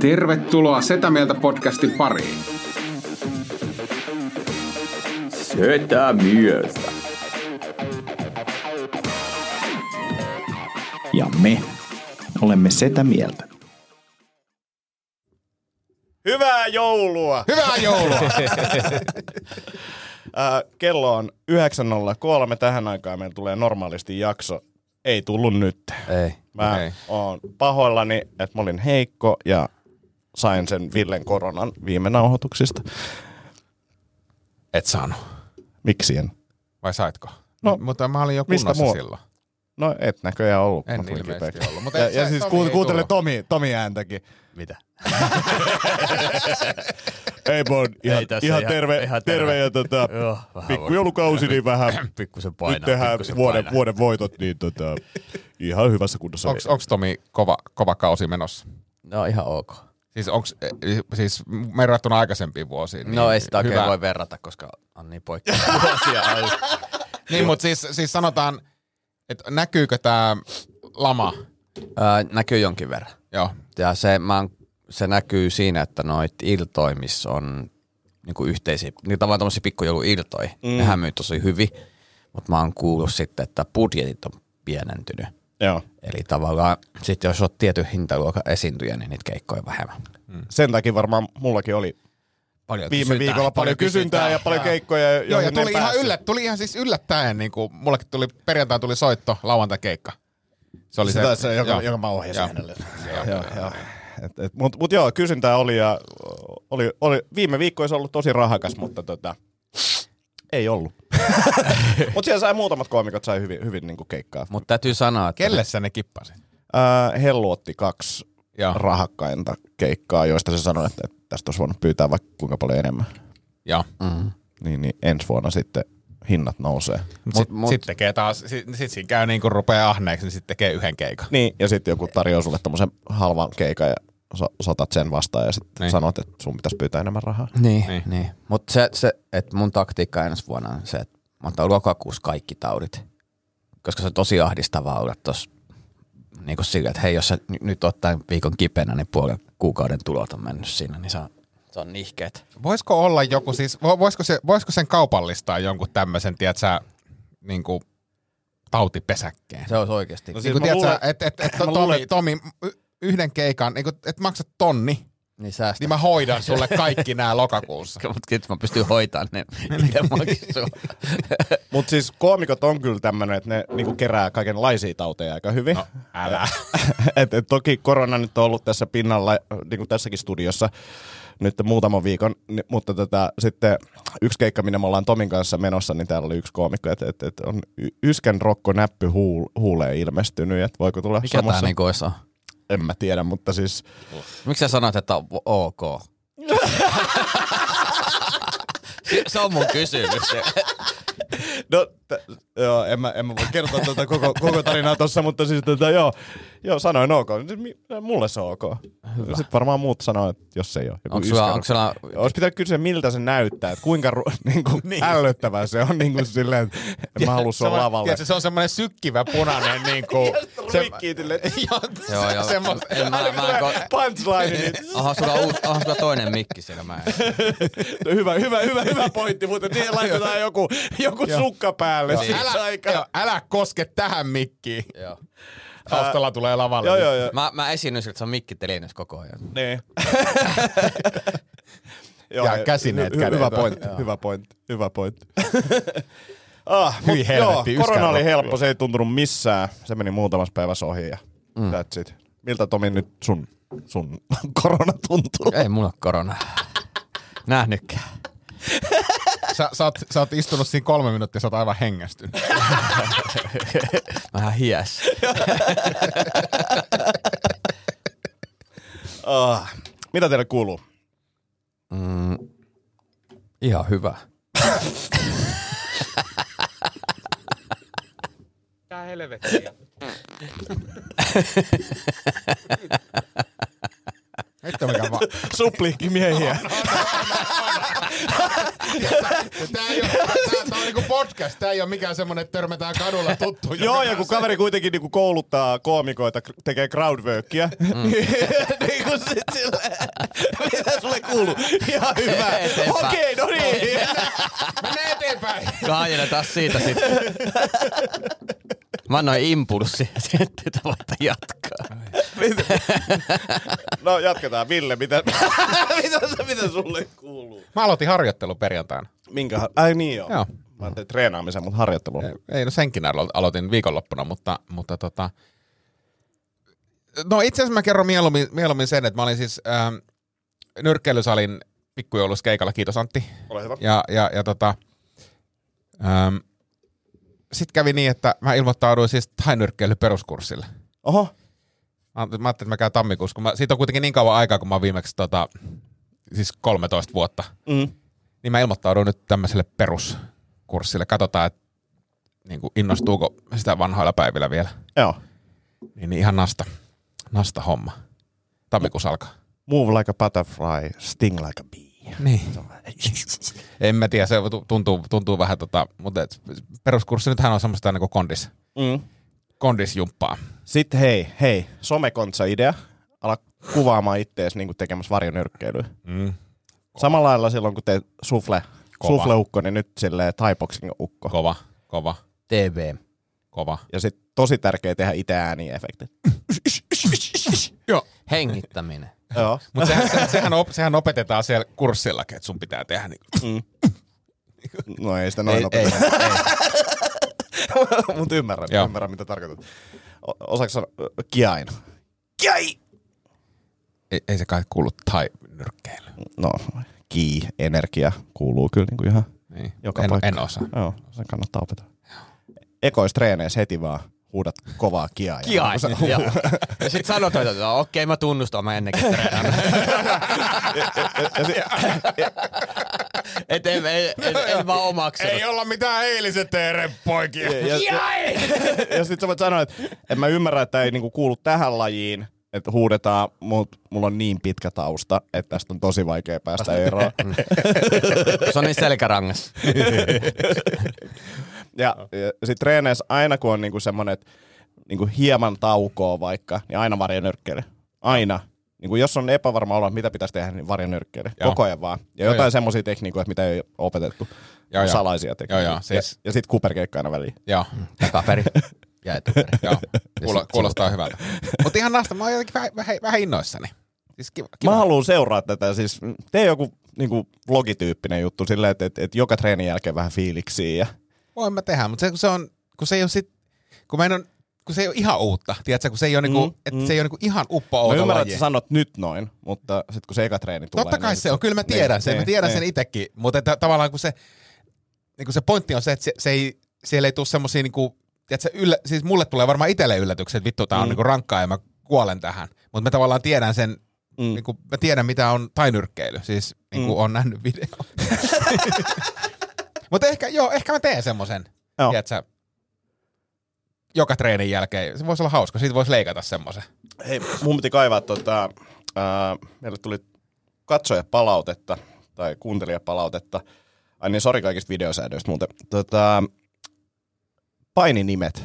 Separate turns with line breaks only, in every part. Tervetuloa Setä Mieltä podcastin pariin.
Setä mieltä.
Ja me olemme sitä mieltä.
Hyvää joulua!
Hyvää joulua!
Ää, kello on 9.03. Tähän aikaan meillä tulee normaalisti jakso. Ei tullut nyt.
Ei.
Mä
Ei.
oon pahoillani, että mä olin heikko ja sain sen Villen koronan viime nauhoituksista.
Et saanut.
Miksi en?
Vai saitko?
No,
No, mutta mä olin jo
mistä
kunnossa
mua?
silloin.
No et näköjään ollut.
En
kun mä tulin
ilmeisesti
kipeäksi.
ollut, mutta
Ja,
ei
ja
se-
siis
Tomi
kuun-
ei
kuuntele
tullut.
Tomi, Tomi ääntäkin.
Mitä?
Ei bon, ihan,
Ei tässä,
ihan,
ihan-
terve,
ihan
terve.
terve.
ja tota,
Joo, vähän
pikkujoulukausi, niin vähän
Pikkusen
nyt
painaa.
tehdään
pikkusen
vuoden,
painaa.
vuoden voitot, niin tota, ihan hyvässä kunnossa.
Onks, onks Tomi kova, kova kausi menossa?
No ihan ok.
Siis, onks, eh, siis verrattuna aikaisempiin vuosiin. niin
No ei sitä oikein
hyvä.
voi verrata, koska on niin poikkeava vuosia ollut.
Niin, mutta siis, siis sanotaan, että näkyykö tämä lama?
Öö, näkyy jonkin verran.
Joo.
Ja se, mä oon, se näkyy siinä, että noit iltoi, missä on niinku yhteisiä, niin tavallaan tommosia pikkujouluiltoja, mm. nehän myy tosi hyvin. Mutta mä oon kuullut sitten, että budjetit on pienentynyt.
Joo.
Eli tavallaan sitten jos oot tietyn hintaluokan esiintyjä, niin niitä keikkoja on vähemmän.
Sen takia varmaan mullakin oli
Paljon
viime viikolla paljon kysyntää, ja paljon keikkoja.
Joo, ja
joihin en
tuli ihan,
päässyt.
yllät, tuli ihan siis yllättäen, niin kuin mullekin tuli, perjantain tuli soitto, lauantai keikka. Se oli
Se
se,
taisi se, joka,
joo.
joka mä ohjasin
Joo.
hänelle. Joo, joo. Et, et, mut, mut joo, kysyntää oli ja oli, oli, viime viikko olisi ollut tosi rahakas, mutta tota, ei ollut. mut siellä sai muutamat koomikot, sai hyvin, hyvin niinku keikkaa.
Mutta täytyy sanoa, että
Kelle sä ne kippasit?
Ää, Hellu otti kaksi
Joo.
rahakkainta keikkaa, joista se sanoi, että, että tästä olisi voinut pyytää vaikka kuinka paljon enemmän.
Joo.
Niin, niin ensi vuonna sitten hinnat nousee.
Mut, mut, sitten tekee taas, sit, sit siinä käy niin kuin rupeaa ahneeksi, niin sitten tekee yhden keikan.
Niin, ja sitten joku tarjoaa sulle tommosen halvan keikan ja sa- saatat sen vastaan ja sitten
Niin.
sanot, että sun pitäisi pyytää enemmän rahaa.
Niin,
Niin.
niin. niin. Mutta se, se että mun taktiikka ensi vuonna on se, että mä otan lokakuussa kaikki taudit. Koska se on tosi ahdistavaa olla tuossa niin kuin sillä, että hei, jos sä ny- nyt oot tämän viikon kipeänä, niin puolen kuukauden tulot on mennyt siinä, niin se on, se on nihkeet.
Voisiko olla joku siis, vo- voisiko, se, voisiko sen kaupallistaa jonkun tämmöisen, tiedätkö, niin kuin tautipesäkkeen?
Se olisi oikeasti.
No
No
si-
si-
Niin
Siis
kuin,
mä
tiedätkö,
luulen-
että et, et,
mä luulen,
Tomi,
että-
Tomi, y- yhden keikan, niin kuin, että maksat tonni,
niin säästä.
niin mä hoidan sulle kaikki nämä lokakuussa.
Mutta nyt mä pystyn hoitamaan ne itse maksua.
Mutta siis koomikot on kyllä tämmöinen, että ne niinku kerää kaikenlaisia tauteja aika hyvin. No,
Älä.
et, et toki korona nyt on ollut tässä pinnalla, niinku tässäkin studiossa, nyt muutaman viikon, ni- mutta tätä, sitten yksi keikka, minne me ollaan Tomin kanssa menossa, niin täällä oli yksi koomikko, että et, et on y- Yskän rokko näppy huul, huuleen ilmestynyt, että voiko tulla
Mikä tää
samassa?
niinku olisi on?
En mä tiedä, mutta siis
Miksi sä sanoit, että on ok? Se- se on mun kysymys.
No, t- joo, en mä, en mä voi kertoa tuota koko, koko tarinaa tuossa, mutta siis tota, joo, joo, sanoin ok. Siis mi- Mulle se on ok. Hyvä. Sitten varmaan muut sanoo, että jos ei ole. Joku
Onko sulla,
yskä-
onko sulla
Olisi pitänyt kysyä, miltä se näyttää, että kuinka ru- niin kuin niin. ällöttävää se on niin kuin silleen, että en mä halua sua
Semmoinen-
lavalle.
Tiedätkö, se on semmoinen sykkivä punainen, niin kuin,
Ruikkii silleen,
Joo, joo.
semmoista.
En mä, mä en ko-
punchline, niin
Aha, sulla on, uus, aha, sulla on toinen mikki siellä. Mä en.
hyvä, hyvä, hyvä, hyvä pointti, mutta siihen laitetaan joku, joku sukka päälle. Siis aika.
älä, joo, älä koske tähän mikkiin.
Joo.
Taustalla tulee lavalle.
Joo, joo, joo.
Mä, mä esiinnyin siltä, että se on mikki telinys koko ajan.
Niin.
Ja käsineet
hy-
kädet
Hyvä
on.
pointti, hyvä pointti, hyvä pointti. ah, mut
Hyi helvetti,
joo, korona oli
yskärrokko.
helppo, se ei tuntunut missään. Se meni muutamassa päivässä ohi ja mm. that's it. Miltä Tomi nyt sun, sun korona tuntuu?
Ei mulla ole korona. Nähnytkään.
Sä, sä, oot, sä oot istunut siinä kolme minuuttia, sä oot aivan hengästynyt.
Vähän hiäs.
Ah.
Mitä teille kuuluu?
Ihan hyvä.
Tää helvettiä. Vittu mikä vaan.
Supliikki miehiä.
Tää ei oo, tää, tää on niinku podcast, tää ei oo mikään semmonen, että törmätään kadulla tuttuun.
Joo, ja kun kaveri kuitenkin niinku kouluttaa koomikoita, k- tekee crowdworkia, mm. niin kuin sit sillä, mitä sulle kuuluu? Ihan hyvä.
Eteenpäin.
Okei, no niin.
Mennään eteenpäin.
Kaajana taas siitä sitten. Mä annoin impulssi, että voitte jatkaa.
No jatketaan. Ville, mitä, mitä, sä- mitä sulle kuuluu?
Mä aloitin harjoittelu perjantaina.
Minkä? har- Ai niin joo.
Joo.
Mä ajattelin treenaamisen, mutta harjoittelu.
Ei, no senkin alo- aloitin viikonloppuna, mutta, mutta tota... No itse asiassa mä kerron mieluummin, mieluummin sen, että mä olin siis ähm, nyrkkeilysalin pikkujoulussa kiitos Antti.
Ole hyvä.
Ja, ja, ja tota, ähm, sitten kävi niin, että mä ilmoittauduin siis tainyrkkeily peruskurssille.
Oho.
Mä ajattelin, mä ajattelin, että mä käyn tammikuussa, kun mä, siitä on kuitenkin niin kauan aikaa, kun mä oon viimeksi tota, siis 13 vuotta.
Mm.
Niin mä ilmoittaudun nyt tämmöiselle peruskurssille. Katsotaan, että niin kuin innostuuko sitä vanhoilla päivillä vielä.
Joo.
Niin, niin ihan nasta, nasta homma. Tammikuussa alkaa.
Move like a butterfly, sting like a bee.
Niin. En mä tiedä, se tu- tuntuu, tuntuu vähän tota, mutta et peruskurssi nythän on semmoista niin kuin kondis,
Mm.
kondisjumppaa.
Sitten hei, hei, somekontsa-idea. Ala kuvaamaan ittees niin tekemässä varjonyrkkeilyä.
Mm.
Samalla lailla silloin, kun teet sufle,
Kova.
sufleukko, niin nyt silleen thai-boxing-ukko.
Kova, kova,
TV.
kova.
Ja sitten tosi tärkeä tehdä itse ääniefektit.
Joo.
Hengittäminen.
Joo.
Mutta sehän, se, sehän, op, sehän, opetetaan siellä kurssillakin, että sun pitää tehdä niin kuin.
No ei sitä
Ei,
noin
ei,
opeteta. Mutta ymmärrän,
Joo.
ymmärrän mitä tarkoitat. O- Osaatko sanoa ö, kiain? Kiai!
Ei, ei se kai kuulu tai nyrkkeily.
No, ki, energia kuuluu kyllä niinku ihan
Niin.
joka
en,
paikka.
en osaa.
Joo, sen kannattaa opetella. Ekoistreeneissä heti vaan huudat kovaa Niin kiaa.
Kiain. Ja, ja sit sanotaan, että no, okei, mä tunnustan, mä ennenkin treenaan. Et en, en, en, en vaan omaksunut.
olla mitään eiliset teeren poikia.
ja, ja, ja sit sä voit sanoa, että en mä ymmärrä, että ei niinku kuulu tähän lajiin, että huudetaan, mutta mulla on niin pitkä tausta, että tästä on tosi vaikea päästä eroon.
Se on niin selkärangassa.
Ja, ja sitten treeneissä aina kun on niinku semmoinen, että niinku hieman taukoa vaikka, niin aina varjonyrkkeily. Aina. Niinku jos on epävarma olla, mitä pitäisi tehdä, niin varjonyrkkeily.
Joo.
Koko ajan vaan. Ja
Joo,
jotain
joo.
semmoisia tekniikoita, mitä ei ole opetettu.
Joo, joo.
Salaisia tekniikoita.
joo, siis-
Ja, ja sitten kuperkeikka aina väliin.
Joo,
Takaperi ja etuperi.
joo. Kuulo, kuulostaa hyvältä. Mutta ihan nasta, mä oon jotenkin vähän, vähän, vähän innoissani. Siis kiva, kiva.
Mä haluan seuraa tätä. Siis tee joku niinku vlogityyppinen juttu silleen, että et, et joka treenin jälkeen vähän fiiliksiä. Ja...
Voin mä tehdä, mutta se, kun se on, kun se ei ole sit, kun mä en on, kun se ei ole ihan uutta, tiedätkö, kun se ei ole, niinku,
Mm,
mm, et
mm.
se ei ole niinku ihan uppo
Mä
outo
ymmärrän,
laji.
että sä sanot nyt noin, mutta sitten kun se eka treeni tulee.
Totta kai
niin
se on, kyllä mä tiedän sen, mä tiedän sen itsekin, mutta että, tavallaan kun se, niin kun se pointti on se, että se, se ei, siellä ei tule semmoisia, niin kuin, tiedätkö, yllä, siis mulle tulee varmaan itselle yllätykset, että vittu, tää on
Mm.
niin kuin rankkaa ja mä kuolen tähän, mutta mä tavallaan tiedän sen,
Mm.
niin kuin, mä tiedän mitä on tainyrkkeily, siis niin kuin
Mm.
on nähnyt video. mutta ehkä, joo, ehkä mä teen semmoisen,
Joo.
tiedätkö, joka treenin jälkeen. Se voisi olla hauska, siitä voisi leikata semmoisen.
Hei, mun piti kaivaa tota, ää, meille tuli katsojapalautetta tai kuuntelijapalautetta. Ai niin, sori kaikista videosäädöistä muuten. Tota, paininimet,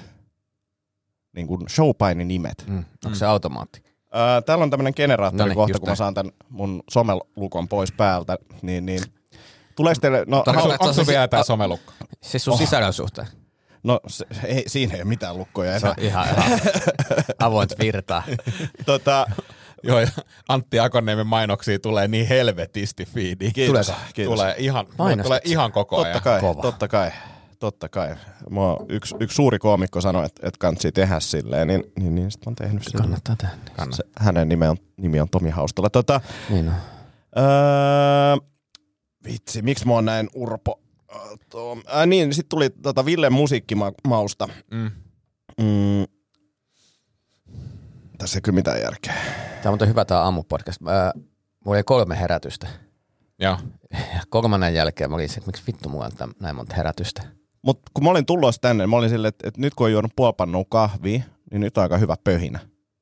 niin kuin showpaininimet.
Mm. Onko se automaatti?
Ää, täällä on tämmöinen generaattori
Noniin,
kohta,
just
kun
näin.
mä saan tämän mun somelukon pois päältä, niin, niin Tuleeko teille, no,
Mutta
no,
Onko- onko
Onko
se
vielä
siis-
tää
a-
somelukko?
Siis sun sisällön suhteen.
no se, ei, siinä ei ole mitään lukkoja
Se
enää.
on ihan, ihan avointa virtaa.
Tota,
Joo, ja Antti Akoniemen mainoksia tulee niin helvetisti fiidi.
Kiitos,
Tulee,
kiitos.
Tulee ihan,
Mainostat
tulee
sä?
ihan koko ajan.
Totta kai,
Kova.
totta kai, totta kai. Mua yksi, yksi suuri koomikko sanoi, että, että kansi tehdä silleen, niin, niin, niin sit mä oon tehnyt sen.
Kannattaa tehdä.
Se, hänen nimi on, nimi on Tomi Haustola. Tota,
Niin on.
öö, vitsi, miksi mä oon näin urpo? Äh, Tom- Äh, niin, sitten tuli tota Villen musiikkimausta.
Mm.
Mm. Tässä ei kyllä mitään järkeä.
Tämä on muuten hyvä tämä aamupodcast. Mä, mulla oli kolme herätystä.
Joo.
Ja kolmannen jälkeen mä olin se, että miksi vittu mulla on täm- näin monta herätystä.
Mutta kun mä olin tulossa tänne, mä olin silleen, että, että nyt kun on juonut puolpannua kahvia, niin nyt on aika hyvä pöhinä.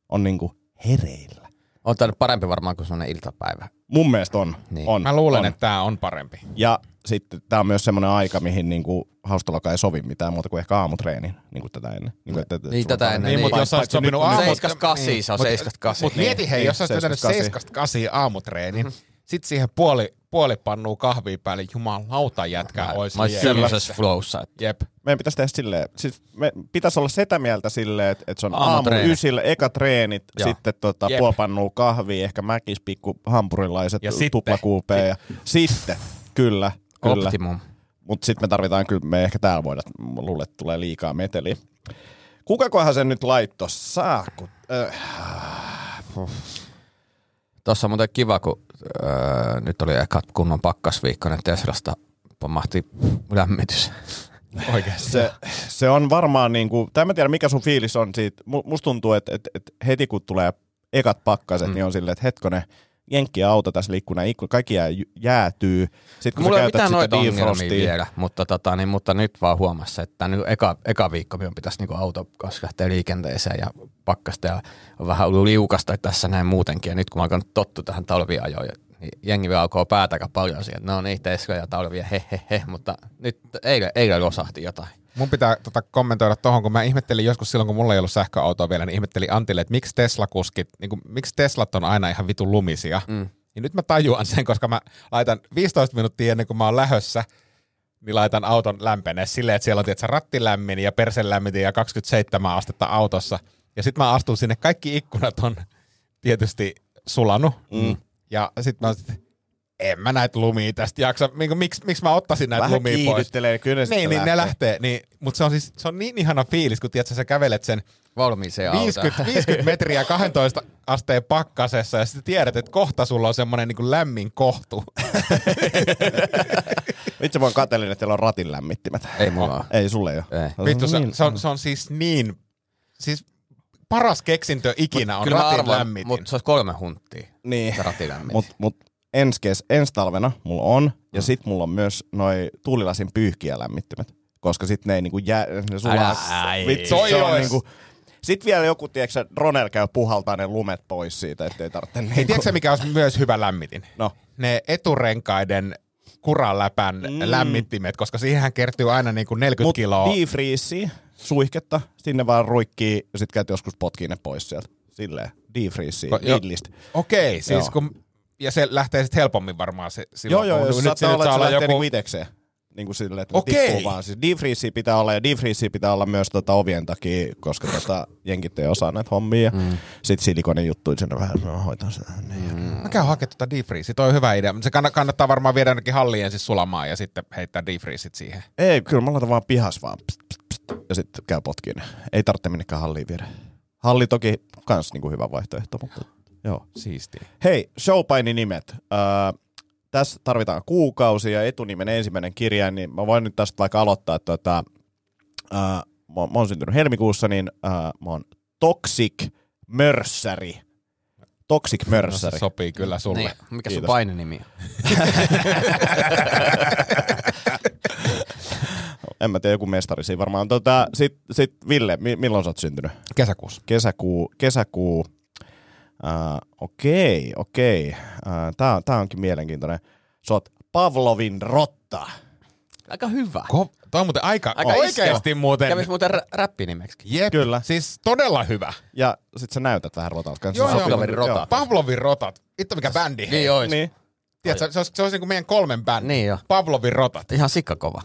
On niinku hereillä.
On tää nyt parempi varmaan kuin sellainen iltapäivä.
Mun mielestä on.
Niin.
on
Mä luulen,
on.
että tämä on parempi.
Ja sitten tämä on myös semmoinen aika, mihin niinku haustollakaan ei sovi mitään muuta kuin ehkä aamutreeni, niin kuin tätä ennen. Niin, kuin, että, että
Niin,
sulla
tätä
on-
ennen,
Niin,
niin.
mutta jos
Paitsi
olisit sopinut
nyt-
aamu...
Seiskasta kasiin,
Niin.
se on
Mut-
seiskasta kasiin.
Mut mieti hei,
Niin,
jos olisit vetänyt
seiskasta kasiin.
seiskasta kasiin aamutreenin, sit siihen puoli, puoli pannua kahvia päälle, jumalauta jätkä,
Mä,
ois
mä olisin
liian
semmoisessa
hyvässä.
flowssa. Että
Jep.
Meidän pitäisi tehdä silleen, siis me pitäisi olla sitä mieltä silleen, että, että se on aamu
Aamutreeni.
ysillä, eka treenit,
Joo.
sitten tota,
Jep.
puolpannuu kahvia, ehkä mäkis pikku hampurilaiset,
Ja
ja
sitten.
tuplakuupeen ja sitten, kyllä, kyllä.
optimum.
Mutta sitten me tarvitaan, kyllä me ehkä täällä voida, mä luulen, että tulee liikaa meteliä. Kukakohan sen nyt laitto saa? Kun, äh,
Tuossa on muuten kiva, kun öö, nyt oli eka kunnon pakkasviikko, niin Teslasta pomahti lämmitys.
Oikeesti.
se, se, on varmaan, niin kuin, tai mä tiedän mikä sun fiilis on siitä. Mu- Musta tuntuu, että et, et heti kun tulee ekat pakkaset, mm. niin on silleen, että hetkonen, jenkkiä auto tässä liikkuu, ikku, kaikki jää, jäätyy. Sitten kun
Mulla
sä
ei ole
käytät
mitään
sitä
noita ongelmia
defrostia,
vielä, mutta, tota, niin, mutta nyt vaan huomassa, että nyt eka, eka viikko minun pitäisi niin auto kanssa lähteä liikenteeseen ja pakkasta ja on vähän ollut liukasta tässä näin muutenkin. Ja nyt kun mä oon tottu tähän talviajoon, niin jengi vielä alkoi päätä aika paljon siihen, että no niin, Tesla ja talvia, he, he, he, mutta nyt eilen, eilen losahti jotain.
Mun pitää tota kommentoida tuohon, kun mä ihmettelin joskus silloin, kun mulla ei ollut sähköautoa vielä, niin ihmettelin Antille, että miksi Tesla-kuskit, niin kuin, miksi Teslat on aina ihan vitun lumisia. Mm. Ja nyt mä tajuan sen, koska mä laitan 15 minuuttia ennen kuin mä oon lähössä, niin laitan auton lämpenee silleen, että siellä on tietysti ratti lämmin ja perse lämmin ja 27 astetta autossa. Ja sitten mä astun sinne, kaikki ikkunat on tietysti sulanut. Mm. Ja sitten mä oon, sit, en mä näitä lumia tästä jaksa. Niinku, Miksi, miksi mä ottaisin näitä
vähän
lumia pois?
kiihdyttelee, niin kyllä ne
Niin,
sitten
niin ne lähtee. Niin, mutta se on siis se on niin ihana fiilis, kun tiedät, sä, sä kävelet sen
Valmiiseen autoon.
50, 50 metriä 12 asteen pakkasessa ja sitten tiedät, että kohta sulla on semmoinen niin lämmin kohtu.
Itse mä oon kateellinen, että teillä on ratin lämmittimet.
Ei mulla ole.
Ei, sulle ei ole.
Ei.
Vittu,
niin.
se, se, on, se on siis niin, siis paras keksintö ikinä on
Kyllä mä
ratin
arvoin,
lämmitin. Eh,
Mutta se olisi kolme hunttia.
Niin.
Se ratilämmitin.
Mut, mut ensi, kes, ensi talvena mulla on,
Mm.
ja sit mulla on myös noi tuulilasin pyyhkiälämmittimet. Koska sit ne ei niinku jää, ne sulaa.
Älä-
Vitsi,
Toi
se on
ois.
niinku, sit vielä joku, tiedätkö, Ronel käy puhaltaa ne lumet pois siitä, ettei tarvitse
Hei,
niinku,
tiedätkö sä, mikä on myös hyvä lämmitin?
No.
Ne eturenkaiden kuraläpän mm. lämmittimet, koska siihenhän kertyy aina niin kuin 40
mut
kiloa.
defreeze, suihketta, sinne vaan ruikkii, ja sit käyt joskus potkii ne pois sieltä. Silleen, defreeze,
Ko- jo-
Lidlistä.
Okei, siis
Joo.
kun, ja se lähtee sitten helpommin varmaan se,
Joo,
silloin.
joo,
kun-
jos
nyt
saattaa
sinne
olla, että
saa
se lähtee niinku itekseen. Niin kuin sille, että
Okei.
Okei. tippuu vaan. Siis defreeze pitää olla ja defreeze pitää olla myös tota ovien takia, koska tota, jenkit ei osaa näitä hommia. Mm. Sitten silikonen juttu, sen on vähän, no hoitan sen. Niin. Mm.
Mä käyn hakemaan tuota defreeze, toi on hyvä idea, mutta se kann- kannattaa varmaan viedä ainakin halliin ensin sulamaan ja sitten heittää defreezit siihen.
Ei, kyllä mä laitan vaan pihas vaan. Pst, pst, pst, ja sitten käy potkiin. Ei tarvitse minnekään halliin viedä. Halli toki kans niinku hyvä vaihtoehto, mutta joo.
Siistiä.
Hei, showpaini nimet. Öö, tässä tarvitaan kuukausi ja etunimen ensimmäinen kirjain, niin mä voin nyt tästä vaikka aloittaa, että tota, öö, mä, oon- mä oon syntynyt helmikuussa, niin öö, mä oon Toxic Mörssäri. Toxic
No,
Mörssäri.
se sopii kyllä sulle.
Niin, mikä sun
Kiitos.
painonimi on?
en mä tiedä, joku mestari siinä varmaan. Tota, sit, sit Ville, mi- milloin sä oot syntynyt?
Kesäkuussa.
Kesäkuu, kesäkuu. Öö, okei, okei. Öö, tää, tää onkin mielenkiintoinen. Sä oot Pavlovin rotta.
Aika hyvä.
Ko- toi on muuten aika, aika
Aika
oikeasti
iskevä.
muuten.
Kävis muuten rä- räppinimeksi.
Jep,
Kyllä.
siis todella hyvä.
Ja sit sä näytät vähän rotalta kanssa.
Joo,
Sopii.
joo.
Pavlovin rotat.
Pavlovin rotat. Itto mikä bändi.
Niin ois.
Niin.
Tiedätkö, se olisi, se olisi niin kuin meidän kolmen bändi.
Niin joo.
Pavlovin rotat.
Ihan sikkakova.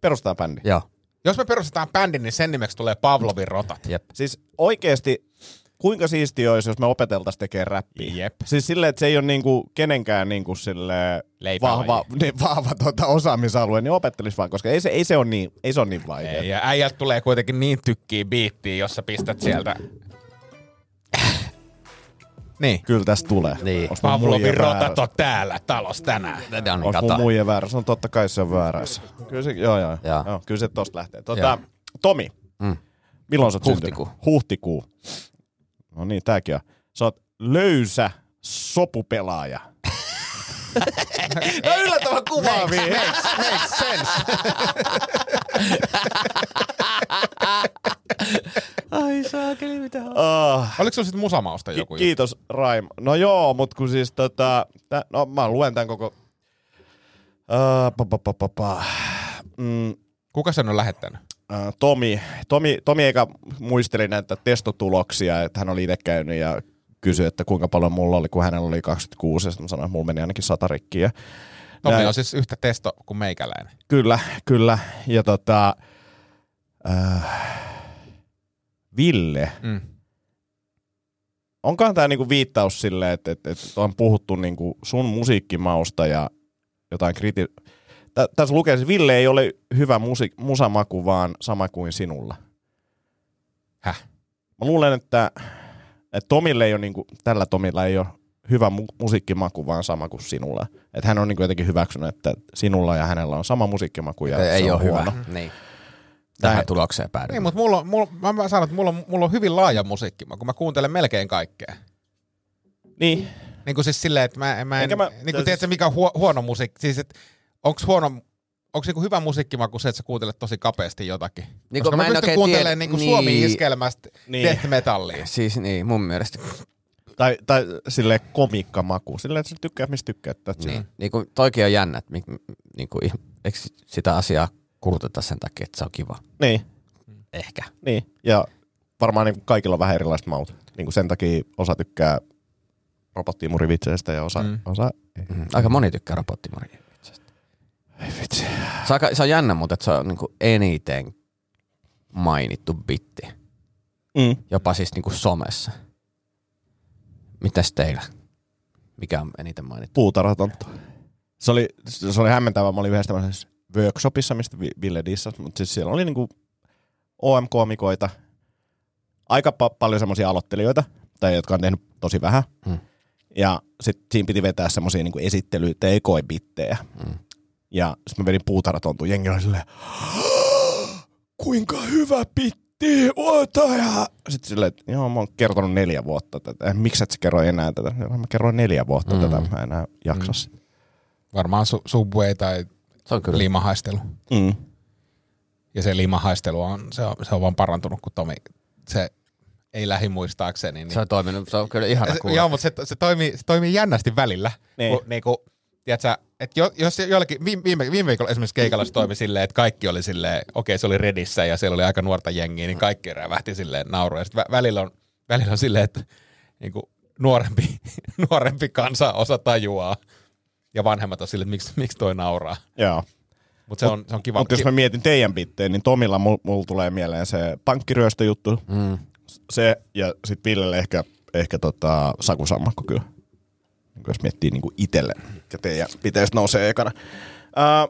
Perustaa bändi.
Joo.
Jos me perustetaan bändi, niin sen nimeksi tulee Pavlovin rotat.
Jep.
Siis oikeesti, kuinka siisti olisi, jos me opeteltaisiin tekemään räppiä?
Jep.
Siis silleen, että se ei ole niinku kenenkään niinku sille
Leipälaji.
vahva, niin, vahva tuota osaamisalue, niin opettelisi vaan, koska ei se, ei se ole niin, ei se ole niin vaikea.
Ei, Ja äijältä tulee kuitenkin niin tykkiä biittiä, jos sä pistät sieltä. niin.
Kyllä tästä tulee.
Niin.
Onks mun
Pavlovin
muija
rotat
väärässä?
on täällä talossa tänään.
Tätä on
Onks mun
kata.
muija väärässä? No totta kai se on väärässä. Kyllä se, joo, joo.
Jaa.
joo kyllä se tosta lähtee.
Jaa.
Tota, Tomi,
Mm.
milloin sä oot
Huhtikuu.
syntynyt? Huhtikuu. No niin, tääkin on. Sä oot löysä sopupelaaja. no yllättävän kuvaavia.
Makes sense.
Ai saakeli, mitä on.
Ah.
Oliko sulla sitten musamausta joku?
Ki- kiitos Raim. No joo, mut kun siis tota, tä, no mä luen tän koko... Uh, pa, pa, pa, pa, pa. Mm,
juttu? Kuka sen on lähettänyt?
äh, Tomi, Tomi, Tomi eikä muisteli näitä testotuloksia, että hän oli itse käynyt ja kysyi, että kuinka paljon mulla oli, kun hänellä oli 26, ja sitten mä sanoin, että mulla meni ainakin sata rikkiä.
Tommi
Näin.
on siis yhtä testo kuin meikäläinen.
Kyllä, kyllä. Ja tota, äh, Ville,
Mm.
onkohan tämä niinku viittaus sille, että, että, että on puhuttu niinku sun musiikkimausta ja jotain kriti... Tä, tässä lukee, että Ville ei ole hyvä musi- musamaku, vaan sama kuin sinulla.
Häh?
Mä luulen, että, että Tomille ei ole, niinku, tällä Tomilla ei ole hyvä mu- musiikkimaku, vaan sama kuin sinulla. Että hän on niinku jotenkin hyväksynyt, että sinulla ja hänellä on sama musiikkimaku ja se
ei
on
ole hyvä.
huono.
Niin. Tähän
Tää-
tulokseen päädyin.
Niin, mutta mulla on, mulla, mä, mä sanon, että mulla on, mulla on hyvin laaja musiikki, kun mä kuuntelen melkein kaikkea.
Niin,
Niin kuin siis silleen, että mä, mä en,
Enkä
mä,
mä-
niin kuin
tai
tiedätkö,
siis-
mikä on huo, huono musiikki, siis että onks huono, onks niinku hyvä musiikkimaku se, että sä kuuntelet tosi kapeasti jotakin? Niin
kun
Koska mä,
mä en
pystyn
oikein
kuuntelemaan
tiedä-
niinku
niin.
suomi-iskelmästä niin.
Niin.
death metallia.
Siis niin, mun mielestä.
tai, tai sille komikkamaku, sille että sä tykkää, mistä tykkää. Niin.
Niin. niin kuin, toikin on jännä, että mi, niin kuin, eikö sitä asiaa kuruteta sen takia, että se on kiva.
niin.
Ehkä.
Niin, ja varmaan niin kaikilla on vähän erilaiset maut. Niin kuin sen takia osa tykkää robottiimurivitseistä ja osa...
Mm.
Mm. osa
Mm. Aika moni tykkää robottimaria.
vitsi.
Se, on aika, se on jännä, mutta että se on niin kuin eniten mainittu bitti.
Mm.
Jopa siis niin kuin somessa. Mitäs teillä? Mikä on eniten mainittu?
Puutarhatonttu. Se oli, se oli hämmentävää. Mä olin yhdessä tämmöisessä workshopissa, mistä Vi- Ville dissas, mutta siis siellä oli niinku OM-koomikoita, aika pa- paljon semmoisia aloittelijoita, tai jotka on tehnyt tosi vähän.
Mm.
Mm. Ja sitten siinä piti vetää semmoisia niinku esittely- tai ekoibittejä.
Mm.
Mm. Ja sitten mä vedin puutarhatontu jengi oli silleen, kuinka hyvä pitti, ota ja... Sitten silleen, että joo, mä oon kertonut neljä vuotta tätä. Miksi et sä kerro enää tätä? Mä kerroin neljä vuotta
Mm.
mm. tätä, mä en enää jaksa. sitä.
Varmaan su- Subway tai
Se on kyllä.
liimahaistelu.
Mm.
Ja se liimahaistelu on, se on, se on vaan parantunut, kun Tomi, se ei lähimuistaakseni. Niin
se on toiminut, se on kyllä ihana
se,
kuulla.
joo, mutta se, se, toimii, se toimii jännästi välillä.
Niin.
Kun, niin kuin, tiedätkö, että jo, jos joillakin, viime, viime, viime viikolla esimerkiksi keikalla se toimi silleen, että kaikki oli silleen, okei se oli redissä ja siellä oli aika nuorta jengiä, niin kaikki rävähti silleen nauruun. Ja sitten vä, välillä, on, välillä on silleen, että niin kuin, nuorempi, nuorempi kansa osa tajuaa ja vanhemmat on silleen, että miksi, miksi toi nauraa.
Joo.
Mutta se on, se on kiva.
Mutta jos mä mietin teidän pitteen, niin Tomilla mulla mul tulee mieleen se pankkiryöstöjuttu,
Mm.
se ja sitten Villelle ehkä, ehkä tota, sakusammakko kyllä. Niin jos miettii niin itselle, ja teidän piteistä nousee ekana. Ää,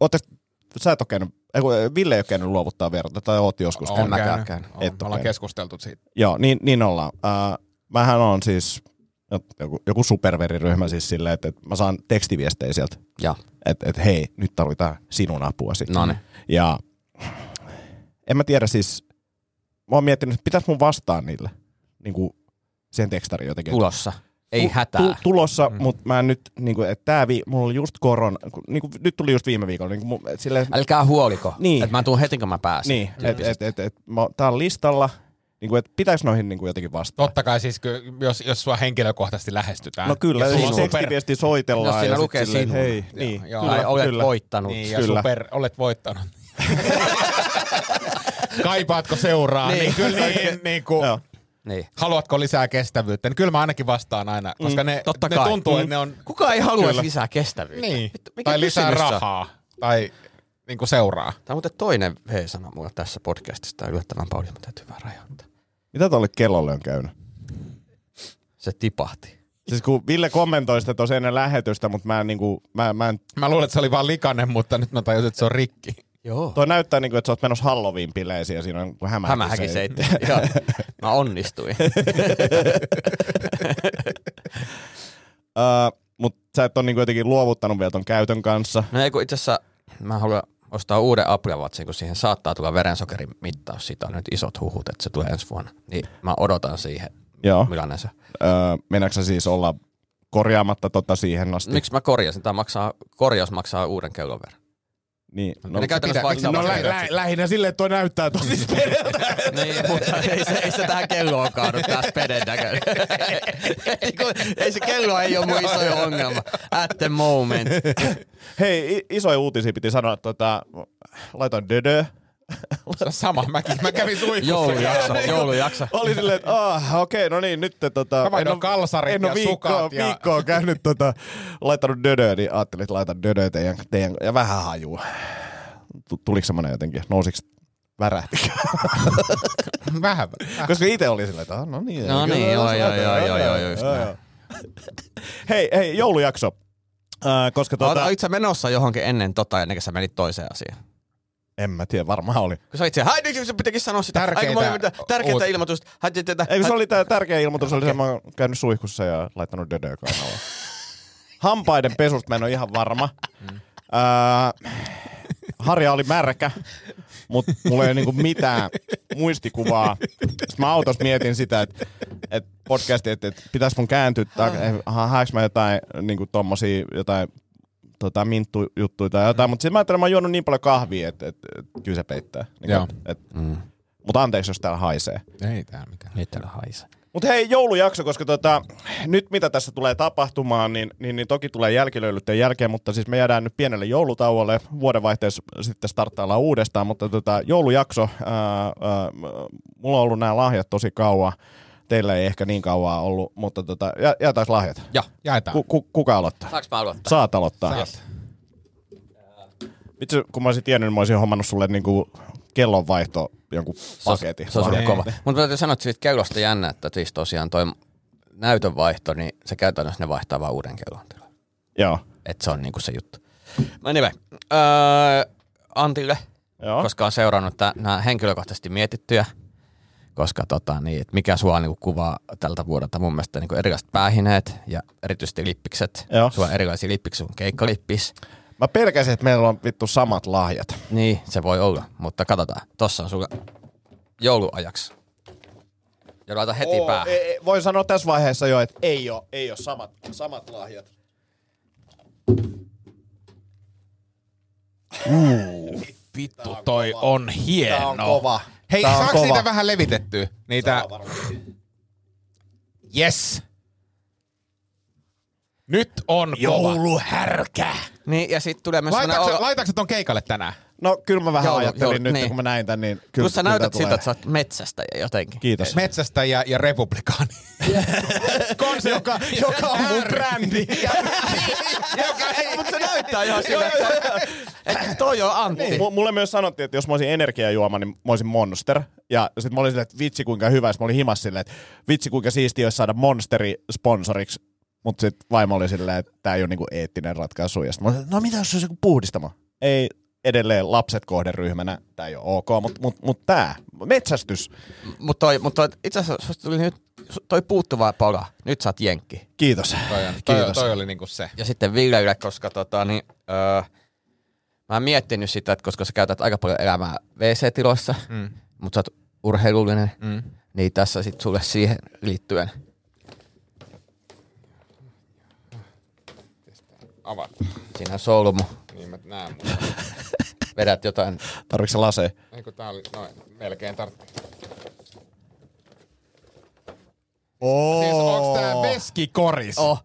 ootte, sä et oo käynyt, ei, kun, ää, Ville ei ole käynyt luovuttaa verta, tai oot joskus
on
käynyt.
mä-
käynyt,
käynyt.
on,
Et
me
oo
ollaan
käynyt.
keskusteltu siitä.
Joo, niin, niin ollaan. Ää, mähän on siis joku, joku superveriryhmä siis silleen, että, että mä saan tekstiviestejä sieltä
Ja.
että et, hei, nyt tarvitaan sinun apuasi.
Noniin.
Ja en mä tiedä siis, mä oon miettinyt, että pitäis mun vastaa niille, niin kuin sen tekstari jotenkin.
Tulossa. Ei
Tu-
hätää.
tu- tulossa, mm. mutta mä en nyt, niin kuin, että tää vi- mulla oli just korona, kun, niin kuin, nyt tuli just viime viikolla, niin kuin, et, silleen,
Älkää huoliko.
Niin.
Et mä tuun heti, kun mä pääsen.
niin, et, et, et, et, mä, oon- tää on listalla, niin kuin, että pitäis noihin niin kuin jotenkin vastata.
Totta kai siis, ky- jos, jos sua henkilökohtaisesti lähestytään.
No kyllä,
ja sulla
jos
on super-
tekstiviesti soitellaan.
Jos siinä
ja sit
lukee
silleen,
sinun.
Hei, niin,
joo,
kyllä,
tai olet
kyllä.
voittanut.
Niin, ja
Kyllä.
super, olet voittanut. Kaipaatko seuraa? niin, niin, kyllä, niin, niin kuin,
Joo.
niin.
haluatko lisää kestävyyttä? Niin kyllä mä ainakin vastaan aina,
Mm,
koska ne,
Totta
ne
kai.
tuntuu,
Mm.
että ne on...
Kuka ei halua
Kyllä.
lisää kestävyyttä?
Niin.
Vittu, mikä
tai lisää
kysymys se on?
rahaa. Tai niin kuin seuraa.
Tämä on muuten toinen V-sana mulla tässä podcastissa. Tämä on yllättävän paljon, mutta täytyy vähän rajoittaa.
Mitä tuolle kellolle on käynyt?
Se tipahti.
Siis kun Ville kommentoi sitä tosiaan ennen lähetystä, mutta mä en, niinku, mä, mä en,
Mä luulen, että se oli vaan likainen, mutta nyt mä tajusin, että se on rikki.
Joo.
toi näyttää niinku, että sä oot menossa Halloween-bileisiin ja siinä on niinku hämähäkiseit.
Hämähäkin seitti. Joo. Mä onnistuin.
Öö, mut sä et oo niinku jotenkin luovuttanut vielä ton käytön kanssa.
No ei kun itse asiassa mä haluan ostaa uuden Apple Watchin, kun siihen saattaa tulla verensokerin mittaus. Siitä on nyt isot huhut, että se tulee ensi vuonna. Niin mä odotan siihen
Joo.
millainen se.
Öö, Mennäänkö sä siis olla korjaamatta tota siihen asti?
Miksi mä korjasin? Tämä maksaa, korjaus maksaa uuden keulon verran.
Niin.
No, ne käytännössä vaihtaa.
No lä- lä- lähinnä silleen, että toi näyttää tosi spedellä.
Niin, mutta ei se, ei se tähän kelloon kaadu, tämä speden näköinen. Ei kun- ei se kello ei ole mun isoin ongelma. At the moment.
Hei, i- isoja uutisia piti sanoa, tota, laitoin dödö.
Se on sama. Mäkin, mä kävin suihkussa.
Joulujakso, joulujakso.
Oli silleen, että ah, okei, no niin, nyt te, tota,
Mä no- vaihdoin kalsarit
en oo
ja
viikkoa,
sukat ja-
viikkoa käynyt tota, laittanut dödöä, niin ajattelin, että laitan dödöä teidän, teidän ja vähän hajuu. Tu- Tuliko semmoinen jotenkin, nousiks värähtikö?
Vähän.
Koska itse oli silleen, että ah, no niin.
No
kyllä,
niin,
jos
joo, joo,
laitan,
joo, joo, joo, just näin.
hei, hei, joulujakso. Äh, koska tota,
Tota... Oletko sä menossa johonkin ennen tota, ennen kuin sä menit toiseen asiaan?
en mä tiedä, varmaan oli.
Kun sä itse, hai, nyt se pitikin sanoa sitä.
Tärkeitä-
Aika moni mitä- tärkeitä
uut-
ilmoitusta. Hai, te- te- te-
Ei, kun se
hai-
oli tää tärkeä ilmoitus, oli se, mä oon käynyt suihkussa ja laittanut dödöä kainaloon. Hampaiden pesusta mä en ole ihan varma. Öö, harja oli märkä, mutta mulla ei ole niinku mitään muistikuvaa. Sitten mä autossa mietin sitä, että et podcasti, että et pitäis mun kääntyä, tai eh, ha- haeks mä jotain niinku tommosia, jotain tota, minttujuttuja tai jotain, mutta sitten mä ajattelin, että mä oon juonut niin paljon kahvia, että et, et, kyllä se peittää.
Joo.
Niinku, et, mm. Mutta anteeksi, jos täällä haisee.
Ei tää mitään.
Ei täällä haise.
Mutta hei, joulujakso, koska tota, nyt mitä tässä tulee tapahtumaan, niin, niin, niin toki tulee jälkilöilytten jälkeen, mutta siis me jäädään nyt pienelle joulutauolle. Vuodenvaihteessa sitten starttaillaan uudestaan, mutta tota, joulujakso, ää, ää, mulla on ollut nämä lahjat tosi kauan. Teillä ei ehkä niin kauan ollut, mutta tota, jä, jätäis lahjat.
Joo.
Jaetaan.
Ku, ku, kuka aloittaa?
Saanko mä aloittaa?
Saat aloittaa.
Saat.
Vitsi, kun mä olisin tiennyt, niin mä olisin hommannut sulle niinku kellonvaihto jonkun
Se olisi-
paketin.
Se on
Ei.
kova. Mutta täytyy sanoa, että siitä keulosta jännä, että siis tosiaan toi näytönvaihto, niin se käytännössä ne vaihtaa vaan uuden keulon tilan.
Joo.
Että se on niinku se juttu. No anyway, öö, Antille,
Joo.
koska on seurannut nämä henkilökohtaisesti mietittyjä, koska tota, niin, et mikä sua niinku kuvaa tältä vuodelta mun mielestä niinku erilaiset päähineet ja erityisesti lippikset.
Joo.
Sulla on erilaisia lippikset kuin keikkalippis.
Mä pelkäsin, että meillä on vittu samat lahjat.
Niin, se voi olla, mutta katsotaan. Tossa on sulla jouluajaksi. Ja laita heti
Oo,
päähän.
ei- ei, Eh, voin sanoa tässä vaiheessa jo, että ei ole, ei ole samat, samat lahjat.
Vittu, toi on hieno.
Tää on kova.
Hei,
Tää on
saaks
kova.
niitä vähän levitettyä? Niitä, yes. Nyt on kova.
Jouluhärkä!
Niin, ja sitten tulee myös
Laitaks,
sellainen olo-
laitaks ton keikalle tänään?
No kyllä mä vähän
Joulu-
ajattelin
joulu-
nyt,
niin.
kun mä näin tän, niin kyllä
Kun sä
kyllä
näytät
tää tulee.
siltä, että sä oot metsästä jotenkin.
Kiitos.
Metsästä ja, ja republikaani. Konse, joka,
Joka on mun brändi.
Mutta se näyttää ihan siltä, että, että toi on Antti.
Niin. M- mulle myös sanottiin, että jos mä olisin energiajuoma, niin mä olisin Monster. Ja sit mä olin silleen, että vitsi kuinka hyvä. Sit mä olin himas silleen, että vitsi kuinka siistiä olisi saada Monsteri sponsoriksi. Mut sit vaimo oli silleen, että tää ei ole niinku eettinen ratkaisu. Ja sit mä olin, no mitä jos se olisi joku puhdistama? Ei edelleen lapset kohderyhmänä. Tää ei ole ok, mut, mut, mut tää. Metsästys.
Mutta toi, mut toi, itse asiassa susta tuli nyt su- toi puuttuva pala. Nyt sä oot jenkki.
Kiitos.
Toi, on, toi,
Kiitos.
toi oli niinku se.
Ja sitten Villelle, koska tota, niin, öö, mä oon miettinyt sitä, että koska sä käytät aika paljon elämää WC-tiloissa, mm. mutta sä oot urheilullinen, mm. niin tässä sitten sulle siihen liittyen.
Avaat.
Siinä on solmu.
Niin mä näen mun.
Vedät jotain.
Tarvitsetko sä lase?
Eikö tää oli noin, melkein tarttuu.
Oh.
Siis onks tää veskikoris?
Oh.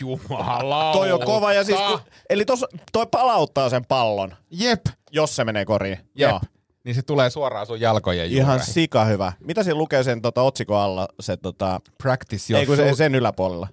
Jumala.
Toi on kova. Ja siis, kun, eli tos, toi palauttaa sen pallon,
Jep.
jos se menee koriin.
Jep. Niin se tulee suoraan sun jalkojen
Ihan
juureen.
sika hyvä. Mitä siinä lukee sen tota, otsikon alla? Se, tota,
practice
ei
your
kun
foot.
se, sen yläpuolella.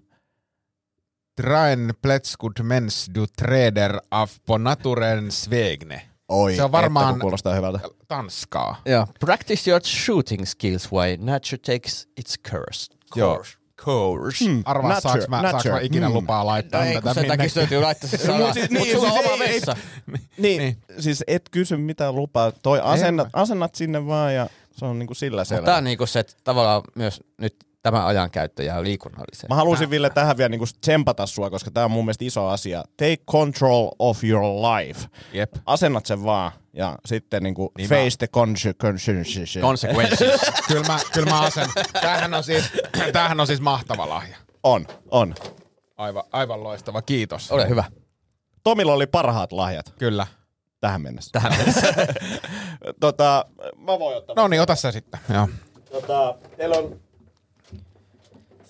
Traen pletskud mens du träder af på naturens vägne.
Oi,
Se on varmaan-
että kun kuulostaa hyvältä.
Tanskaa.
Yeah. Practice your shooting skills while nature takes its curse.
Joo.
Course. Course. Mm.
Arvaa,
Nature,
saaks mä, saaks
nature.
mä ikinä
Mm.
lupaa laittaa
No ei, kun
tätä
sen takia
minnekään?
täytyy laittaa se sana.
siis-
Mut siis,
niin,
niin, sulla
siis
on oma
ei- ei-
vessa.
Niin,
Niin.
niin, siis et kysy mitään lupaa. Toi asennat,
mä.
asennat sinne vaan ja se on niinku sillä
Mutta tää
selvä.
on niinku se, että tavallaan myös nyt tämä ajankäyttö ja liikunnalliseen.
Mä haluaisin Ville tähän vielä niinku tsempata sua, koska tämä on mun mielestä iso asia. Take control of your life.
Jep.
Asennat sen vaan ja sitten niinku niin face the consequences.
Consequences.
Kyllä mä, kyllä mä asen. Tämähän on siis, tämähän on siis mahtava lahja.
on, on.
Aivan, aivan loistava, kiitos.
Ole hyvä.
Tomilla oli parhaat lahjat
Kyllä.
tähän mennessä. Tähän mennessä. tota, mä voin ottaa.
No niin, ota se sitten. Joo.
Tota, teillä on...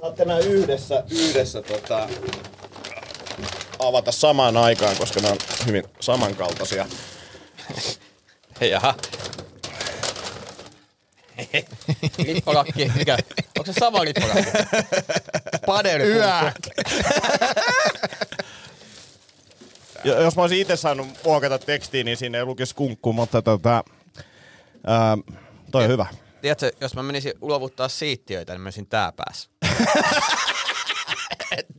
Saatte nämä yhdessä, yhdessä tota, avata samaan aikaan, koska nämä on hyvin samankaltaisia.
Jaha. Lippalakki, mikä? Onko se sama lippalakki? Paneeli.
Yö.
Jo- Jos mä olisin itse saanut muokata tekstiin, niin siinä ei lukisi kunkku, mutta tota, ää, toi on hyvä.
Tiedätkö, jos mä menisin luovuttaa siittiöitä, niin mä menisin tää päässä.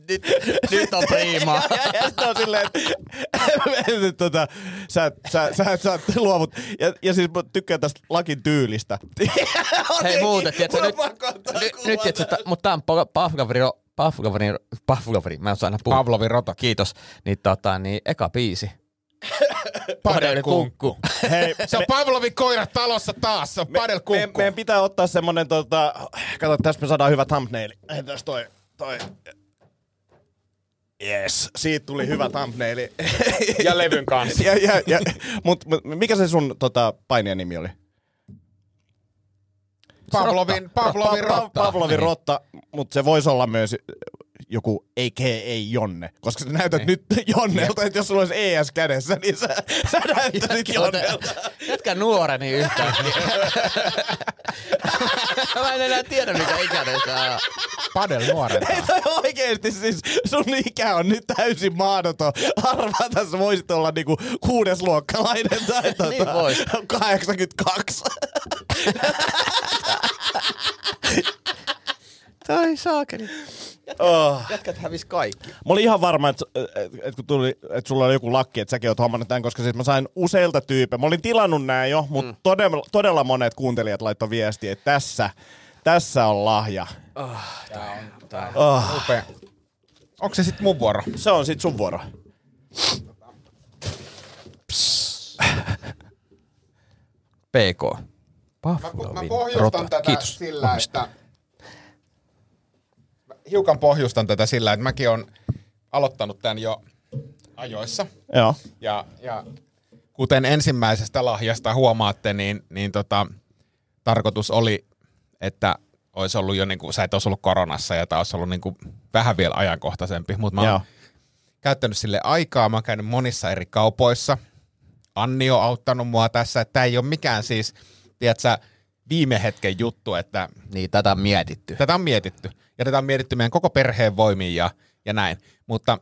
Nyt, nyt on priimaa.
Ja sitten on silleen, että tota, sä, sä, sä, sä, sä luovut. Ja, ja siis mä tykkään tästä lakin tyylistä.
Hei muuten, tiedätkö, nyt, nyt, nyt tiedätkö, ta, mutta tää on pa- Pavloviro, Pavloviro, Pavloviro, mä en saa aina puhua.
Pavlovin rotat.
Kiitos. Niin tota, niin eka biisi.
Padelkunkku.
Hei,
Se on Pavlovin koira talossa taas, se on
me,
padelkunkku.
meidän pitää ottaa semmonen tota, kato tästä me saadaan hyvä thumbnail. Eh, Tässä toi, toi. Yes, siitä tuli hyvä thumbnail.
Ja levyn kanssa.
ja, ja, ja, mut, mut, mikä se sun tota, painijan nimi oli?
Pavlovin, Pavlovin
Pa- pa-
rotta. Niin.
Pavlovin rotta, mutta se voisi olla myös joku a.k.a. Jonne, koska sä näytät
Niin.
nyt Jonnelta, että jos sulla olisi ES kädessä, niin sä, sä näyttäisit Jonnelta.
Jätkä nuoreni yhtään. mä en enää tiedä, mikä ikäinen sä oot.
Padel nuorena.
Ei toi oikeesti siis, sun ikä on nyt täysin mahdoton. Arvaa tässä voisit olla niinku kuudesluokkalainen tai tota,
Niin vois.
82.
Tai saakeli.
Oh.
Jätkät hävis kaikki.
Mä olin ihan varma, että et, et, kun tuli, et sulla oli joku lakki, että säkin oot hommannut tämän, koska siis mä sain useilta tyypeiltä. Mä olin tilannut nää jo, mutta mm. todella, todella monet kuuntelijat laittoi viestiä, että tässä, tässä on lahja. Ah,
Upea. Onko se sitten mun vuoro?
Se on sit sun vuoro.
PK.
Mä
Pavlovin
pohjustan
rotat.
tätä
Kiitos.
sillä, että... Mä hiukan pohjustan tätä sillä, että mäkin on aloittanut tämän jo ajoissa.
Joo.
Ja, ja kuten ensimmäisestä lahjasta huomaatte, niin, niin tota, tarkoitus oli, että olisi ollut jo, niin kuin, sä et olisi ollut koronassa ja tämä olisi ollut niin kuin, vähän vielä ajankohtaisempi, mutta mä
Joo.
oon käyttänyt sille aikaa, mä oon käynyt monissa eri kaupoissa. Anni on auttanut mua tässä, että tämä ei ole mikään siis, tiedätkö, viime hetken juttu, että
Niin, tätä on mietitty.
Tätä on mietitty. Ja tätä on mietitty meidän koko perheen voimiin ja, ja näin. Mutta,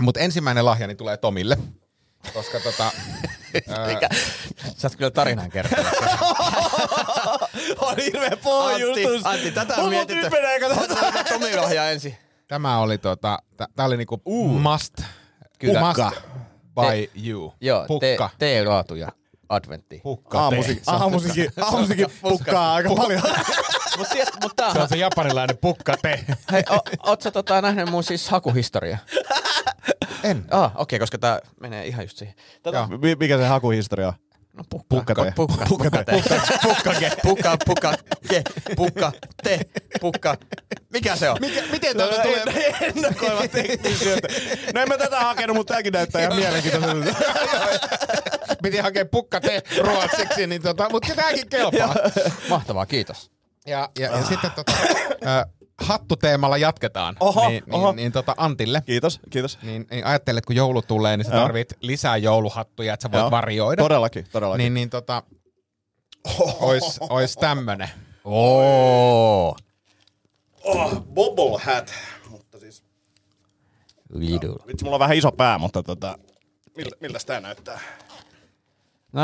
mutta ensimmäinen lahjani tulee Tomille. Koska tota,
Mikä? Sä oot kyllä tarinan kertonut.
On hirveä pohjustus.
Antti, tätä on mietitty. Otetaan Tomi Lohja ensin.
tämä oli, tota, tämä oli niinku uh. must,
Kyllä.
must by you.
Joo,
Pukka.
Pukka. tee laatu ja adventti.
Pukka.
Aamusikin, aamusikin, aamusikin pukkaa aika paljon.
Mut, tiet, mut tää,
Se on se japanilainen pukka te.
hei, o, oot sä tota, nähnyt mun siis hakuhistoria?
En.
Ah, okei, okay, koska tää menee ihan just siihen. Tota- Tätä,
Joo.
Mi- Mikä se hakuhistoria on?
no pukka.
Pukkate.
Pukka. Pukka. Pukka. Pukka. Pukka. Ke. Pukka. Te. Pukka. Mikä se on? Mikä, miten
No, en- Ennakoiva teksti sieltä. No en mä tätä hakenut, mutta tääkin näyttää ihan mielenkiintoiselta.
Piti hakea pukka te ruotsiksi, niin tota, mutta tämäkin kelpaa.
Mahtavaa, kiitos.
Ja, ja, ja sitten tota, ö, hattuteemalla jatketaan.
Oho,
niin,
oho.
Niin, niin tota Antille.
Kiitos, kiitos.
Niin, niin ajattelet, että kun joulu tulee, niin sä
Joo.
tarvit lisää jouluhattuja, että sä voit
Joo.
varjoida.
Todellakin, todellakin.
Niin, niin tota, ois, ois tämmönen.
Oo.
Oh, bobble hat. Mutta siis,
Lidl.
vitsi, mulla on vähän iso pää, mutta tota, miltä, miltä tää näyttää?
No,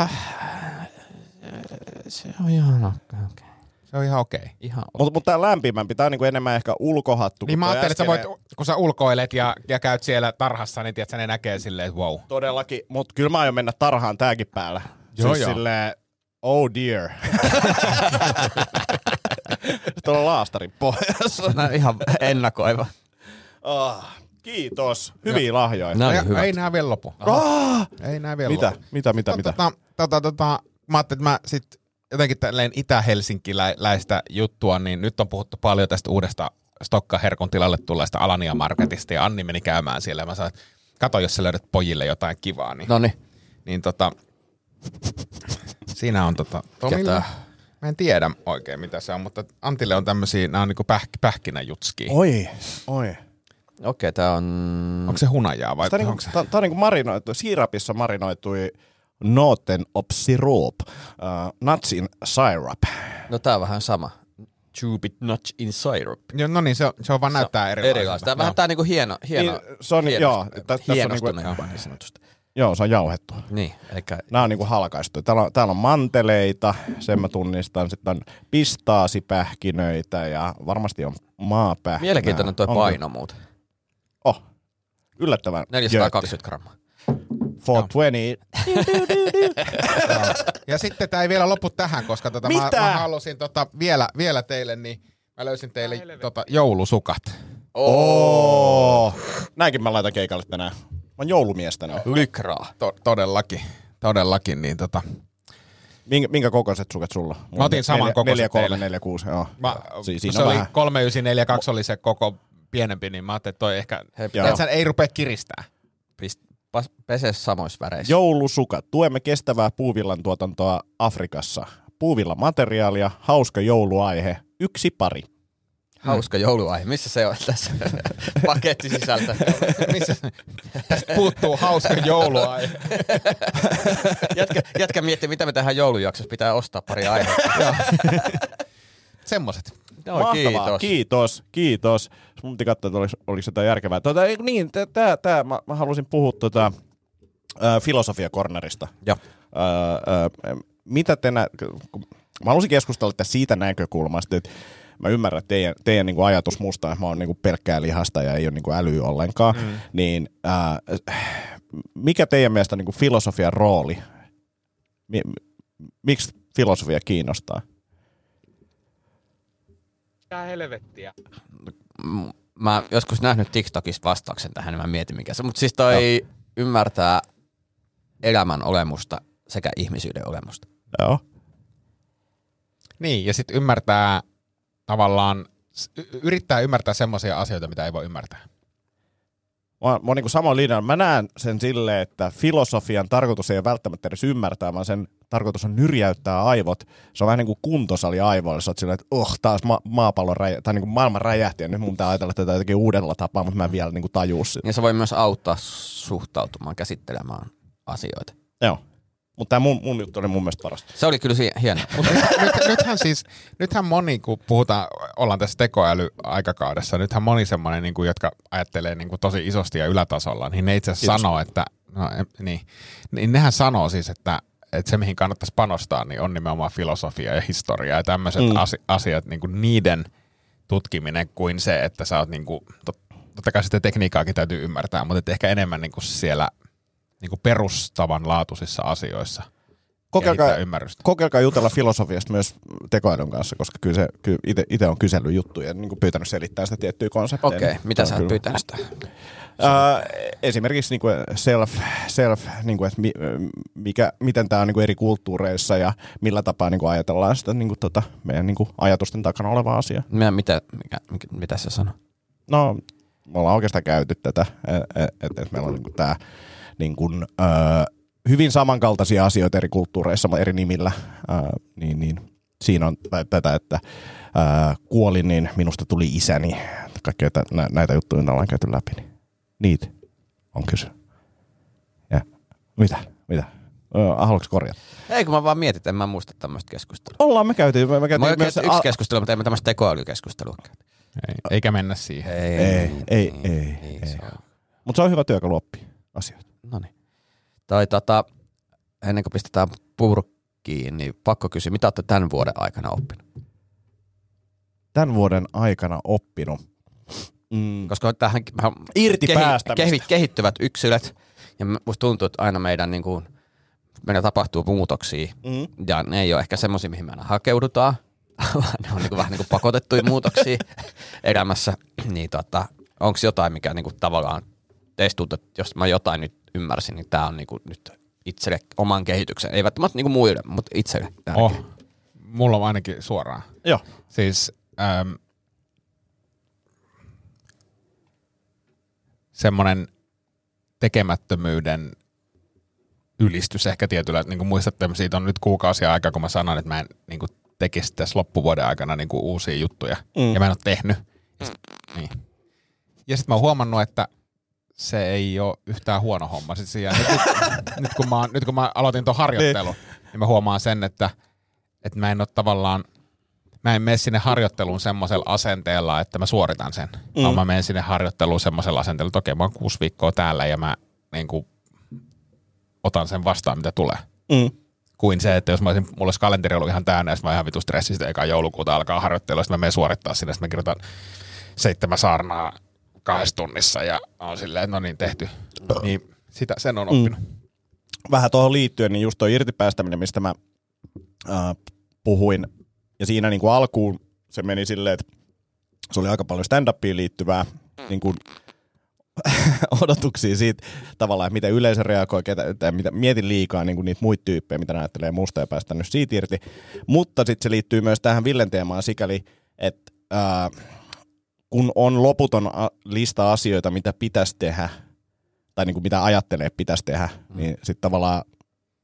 äh, se on ihan okei. Okay.
Se on ihan okei. Okay.
Ihan okei.
Mutta mut tää lämpimämpi, tää on niinku enemmän ehkä ulkohattu.
Niin
kun
mä
toi
ajattelin, että sä voit,
äskeinen-
kun sä ulkoilet ja, ja käyt siellä tarhassa, niin tiedät, sä ne näkee silleen, että wow.
Todellakin, mut kyllä mä aion mennä tarhaan tääkin päällä.
Joo,
siis
joo.
silleen, oh dear. Tuolla laastarin pohjassa.
No, ihan ennakoiva.
Ah, kiitos. Hyviä lahjoja.
No,
Ei,
hyvä.
ei nää vielä lopu.
Ah,
Ei nää vielä
mitä?
lopu.
Mitä, mitä, mitä?
Tota, tota, tota, mä ajattelin, että mä sit jotenkin tälleen itä-helsinkiläistä juttua, niin nyt on puhuttu paljon tästä uudesta Stokka Herkon tilalle tulleesta Alania Marketista, ja Anni meni käymään siellä, ja mä sanoin, että kato, jos sä löydät pojille jotain kivaa, niin,
No niin.
niin tota, siinä on tota, Tomilla,
Ketä?
mä en tiedä oikein mitä se on, mutta Antille on tämmösiä, nämä on niinku päh, pähkinäjutski.
Oi, oi.
Okei, tää on...
Onko se hunajaa vai
Tämä on,
onko
niinku,
se?
tää, tää on niinku marinoitu, siirapissa marinoitui Noten op sirup, uh, nuts in syrup.
No tää on vähän sama.
Chubit notch in syrup.
Joo, No niin, se, on- se on vaan näyttää erilaiselta.
Erilaista. Tää on
Joo.
vähän tää niinku hieno, hieno,
Niin, se on-
hienost-
joo, tä- tässä on
hienostunut
niinku-
kuva niin sanotusti.
Joo, se on jauhettu.
Niin, eikä...
Nämä on niinku halkaistu. Täällä on, täällä on manteleita, sen mä tunnistan. Sitten on pistaasipähkinöitä ja varmasti on maapähkinää.
Mielenkiintoinen toi
On-
paino muuten.
Oh, yllättävän.
420 grammaa.
jöötti. 420.
Ja sitten tämä ei vielä lopu tähän, koska tota, mä,
Mitä?
mä, halusin tota, vielä, vielä teille, niin mä löysin teille tota, joulusukat.
Oh. Näinkin mä laitan keikalle tänään. Mä oon joulumies tänään.
Lykraa. To- todellakin, todellakin. Niin, tota,
Minkä, minkä kokoiset suket sulla? Mulla
Mä otin
on
saman
neljä-
kokoiset
neljä, kolme,
teille.
neljä, kuusi, joo.
mä,
Si-
si-
siinä
se
on
oli
vähän.
3942 oli se koko pienempi, niin mä ajattelin, että toi ehkä...
Hei,
Joo.
Joo. Sä ei rupea kiristää.
Pist, pas, pese samoissa väreissä.
Joulusukat. Tuemme kestävää puuvillan tuotantoa Afrikassa. Puuvilla materiaalia, hauska jouluaihe, yksi pari.
Hauska jouluaihe. Missä se on tässä paketti sisältä?
Missä? Niin Tästä puuttuu hauska joulua.
Jätkä, jätkä miettii, mitä me tähän joulujaksossa pitää ostaa pari aihetta.
Semmoset.
No,
Mahtavaa. Kiitos, kiitos. Mun piti katsoa, että oliko, oliko se tää järkevää. Tuota, ei kun niin, tää, tää, tää mä, mä halusin puhua tota, ää, filosofiakornerista.
Joo.
Ää, ää, mitä te nä- kun- mä halusin keskustella tästä siitä näkökulmasta, että mä ymmärrän teidän, teidän niin kuin ajatus musta, että mä oon niin kuin pelkkää lihasta ja ei ole niin kuin älyä ollenkaan, mm. niin ää, mikä teidän mielestä on niin kuin filosofian rooli? Mi- mi- miksi filosofia kiinnostaa?
Mä oon joskus nähnyt TikTokista vastauksen tähän, niin mä mietin mikä se. Mutta siis toi ymmärtää elämän olemusta sekä ihmisyyden olemusta.
Joo.
Niin, ja sitten ymmärtää tavallaan, s- y- yrittää ymmärtää semmoisia asioita, mitä ei voi ymmärtää.
Mä, oon- mä oon niin samoin linjalla. Mä näen sen silleen, että filosofian tarkoitus ei ole välttämättä edes ymmärtää, vaan sen tarkoitus on nyrjäyttää aivot. Se on vähän niin kuin kuntosali aivoille. Sä oot silleen, että oh, taas ma- maapallon räjä- tai niin kuin maailman räjähti ja nyt mun pitää ajatella tätä jotenkin uudella tapaa, mutta mä en vielä niin kuin tajuu sitä.
Ja se voi myös auttaa suhtautumaan, käsittelemään asioita.
Joo. Mutta tämä mun, mun juttu oli mun mielestä paras.
Se oli kyllä si- hieno.
Mut nyt- nyt, nythän siis, nythän moni, kun puhutaan, ollaan tässä tekoälyaikakaudessa, nythän moni semmoinen, niin kuin, jotka ajattelee niin kuin, tosi isosti ja ylätasolla, niin ne itse asiassa sanoo, että, no, em- niin, niin nehän sanoo siis, että, että se, mihin kannattaisi panostaa, niin on nimenomaan filosofia ja historia ja tämmöiset mm. asi, asiat, niin kuin niiden tutkiminen kuin se, että sä oot niin kuin, tot, totta kai sitä tekniikkaakin täytyy ymmärtää, mutta et ehkä enemmän niin kuin siellä niin kuin perustavanlaatuisissa asioissa
Kokeilkaa,
kehittää ymmärrystä.
kokeilkaa jutella filosofiasta myös tekoälyn kanssa, koska kyllä se, kyllä itse on kysellyt juttuja ja niin kuin pyytänyt selittää sitä tiettyä konsepteja.
Okei, okay,
Niin
mitä
tää
sä
on kyllä-
oot pyytänyt sitä?
Ää, esimerkiksi niin kuin self, self niin kuin, että mi, mikä, miten tämä on niin kuin eri kulttuureissa ja millä tapaa niin kuin ajatellaan sitä niin kuin, tota, meidän niin kuin, ajatusten takana olevaa asiaa.
Minä, mitä, mikä, mikä, mitä se sanoi?
No, me ollaan oikeastaan käyty tätä, että et, et meillä on niin kuin, tämä niin kuin, ö, hyvin samankaltaisia asioita eri kulttuureissa, mutta eri nimillä, ö, niin, niin siinä on tä- tätä, että ö, kuolin, niin minusta tuli isäni. Kaikkea tä- nä- näitä juttuja me ollaan käyty läpi. Niin. Niitä on kyse. Ja mitä? Mitä? Ö, Haluatko korjata?
Ei, kun mä vaan mietin, että en mä muista tämmöistä keskustelua.
Ollaan me käyty. Me
Mä oon
käytiin
myös
myös...
yksi keskustelu, mutta ei mä tämmöistä tekoälykeskustelua. käyty.
Ei, eikä mennä siihen.
Ei,
ei, ei, ei,
niin,
ei.
se on.
Mutta se on hyvä työkalu oppia asioita.
No niin. Tai tota, ennen kuin pistetään purkkiin, niin pakko kysyä, mitä olette tämän vuoden aikana oppinut?
Tämän vuoden aikana oppinut. Mm,
Koska tähän vähän
Irti päästämistä.
kehi, kehittyvät yksilöt, ja musta tuntuu, että aina meidän, niin kuin, meillä tapahtuu muutoksia,
mm.
ja ne ei ole ehkä semmoisia, mihin me aina hakeudutaan, vaan ne on niinku vähän niinku pakotettuja muutoksia elämässä, niin tota, onko jotain, mikä niinku tavallaan teistä tuntuu, että jos mä jotain nyt ymmärsin, niin tämä on niinku nyt itselle oman kehityksen. Ei välttämättä niinku muille, mutta itselle. tärkeä.
Oh, mulla on ainakin suoraan.
Joo.
Siis äm, semmoinen tekemättömyyden ylistys ehkä tietyllä, niin kuin muistatte, siitä on nyt kuukausia aikaa, kun mä sanoin, että mä en niin kuin, tekisi tässä loppuvuoden aikana niin kuin, uusia juttuja, mm. ja mä en ole tehnyt. Ja sitten niin. sit mä oon huomannut, että se ei ole yhtään huono homma. Siis siinä- nyt, nyt, kun mä, oon- nyt kun mä aloitin tuon harjoittelun, niin mä huomaan sen, että, että mä en ole tavallaan, mä en mene sinne harjoitteluun semmoisella asenteella, että mä suoritan sen, mm. vaan mä menen sinne harjoitteluun semmoisella asenteella, että okei mä oon kuusi viikkoa täällä ja mä niin kuin, otan sen vastaan, mitä tulee.
Mm.
Kuin se, että jos mä olisin, mulla olisi kalenteri ollut ihan täynnä, ja sit mä oon ihan vitu stressistä, eka joulukuuta alkaa harjoittelu, sitten mä menen suorittaa sinne, sitten mä kirjoitan seitsemän saarnaa kahdessa tunnissa, ja on silleen, no niin, tehty. Niin sitä, sen on oppinut. Mm.
vähän tuohon liittyen, niin just tuo irtipäästäminen, mistä mä ää, puhuin, ja siinä niin kuin alkuun se meni silleen, että se oli aika paljon stand-upiin liittyvää niin kuin, odotuksia siitä tavallaan, että miten yleisö reagoi, ketä, tai mitä, mietin liikaa niin kuin niitä muita tyyppejä, mitä näyttelee musta ja päästään nyt siitä irti. Mutta sitten se liittyy myös tähän Villen teemaan sikäli, että ää, kun on loputon a- lista asioita, mitä pitäisi tehdä, tai niin kuin mitä ajattelee, että pitäisi tehdä, mm. niin sitten tavallaan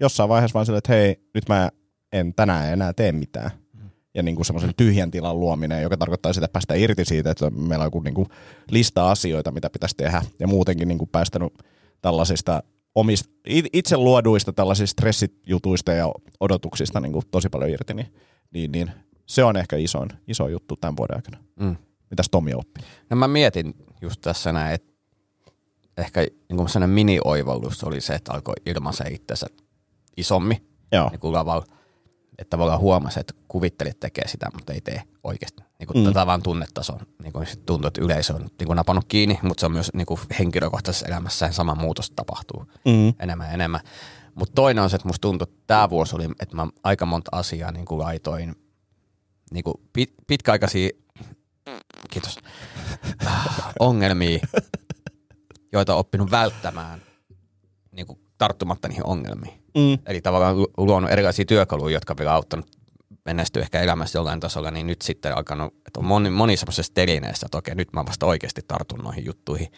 jossain vaiheessa vaan silleen, että hei, nyt mä en tänään enää tee mitään. Mm. Ja niin kuin semmoisen tyhjän tilan luominen, joka tarkoittaa sitä, että päästä irti siitä, että meillä on joku niin kuin lista asioita, mitä pitäisi tehdä. Ja muutenkin niin kuin päästänyt tällaisista omista, it- itse luoduista tällaisista stressijutuista ja odotuksista niin kuin tosi paljon irti, niin, niin, niin se on ehkä isoin, iso juttu tämän vuoden aikana.
Mm.
Mitäs Tomi oppi?
No mä mietin just tässä näin, että ehkä niin sellainen mini-oivallus oli se, että alkoi ilmaisee itsensä isommin
Joo.
niin kuin lavalla. Että tavallaan huomasi, että kuvittelit tekee sitä, mutta ei tee oikeasti. Niin kuin mm. vaan tunnetason. Niin kuin sit tuntuu, että yleisö on niin kuin napannut kiinni, mutta se on myös niin kuin henkilökohtaisessa elämässään sama muutos tapahtuu
Mm.
enemmän ja enemmän. Mutta toinen on se, että musta tuntuu, että tämä vuosi oli, että mä aika monta asiaa niin kuin laitoin niin kuin pit, pitkäaikaisia kiitos, Ah, ongelmia, joita on oppinut välttämään niin kuin tarttumatta niihin ongelmiin.
Mm.
Eli tavallaan lu- luonut erilaisia työkaluja, jotka on vielä auttanut menestyä ehkä elämässä jollain tasolla, niin nyt sitten alkanut, että on moni, moni semmoisessa telineessä, että okei, nyt mä vasta oikeasti tartun noihin juttuihin.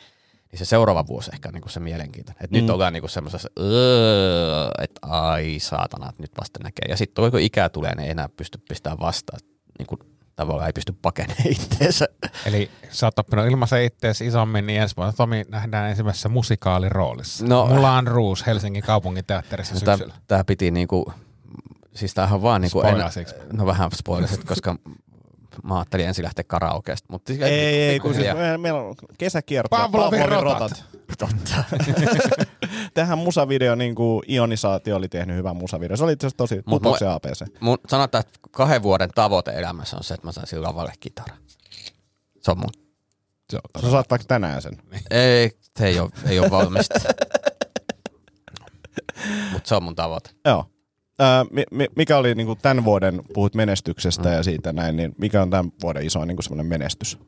Niin se seuraava vuosi ehkä on niinku se mielenkiintoinen. Että mm. nyt ollaan niinku semmoisessa, öö, että ai saatana, että nyt vasta näkee. Ja sitten kun ikää tulee, niin ei enää pysty pistämään vastaan. Niinku, tavallaan ei pysty pakenemaan itteensä.
Eli sä oot oppinut ilmaisen itteesi isommin, niin ensi vuonna Tomi nähdään ensimmäisessä musikaaliroolissa.
No.
No. Mulla on Ruus Helsingin kaupunginteatterissa
Tämä,
syksyllä.
tämä piti niinku, siis tämähän on vaan niinku,
Spoilasiks?
no vähän spoilasit, koska mä ajattelin ensin lähteä karaokeesta. Mutta
Ei, ei, ei kun siis me- meillä on kesäkierto.
Pavlovin rotat.
Totta. Tähän musavideo, niin kuin Ionisaatio oli tehnyt hyvän musavideo. Se oli itse asiassa tosi
Mut
putouksen
mua-
APC.
Mun sanotaan, että kahden vuoden tavoite elämässä on se, että mä saisin lavalle kitara. Se on mun.
Se on
Sä saat vaikka tänään sen.
Ei, se ei ole, ei ole valmista. Mutta se on mun tavoite.
Joo. Ää, mi- mi- mikä oli niin kuin tämän vuoden, puhut menestyksestä
Mm.
ja siitä näin, niin mikä on tämän vuoden iso niin kuin semmoinen menestys?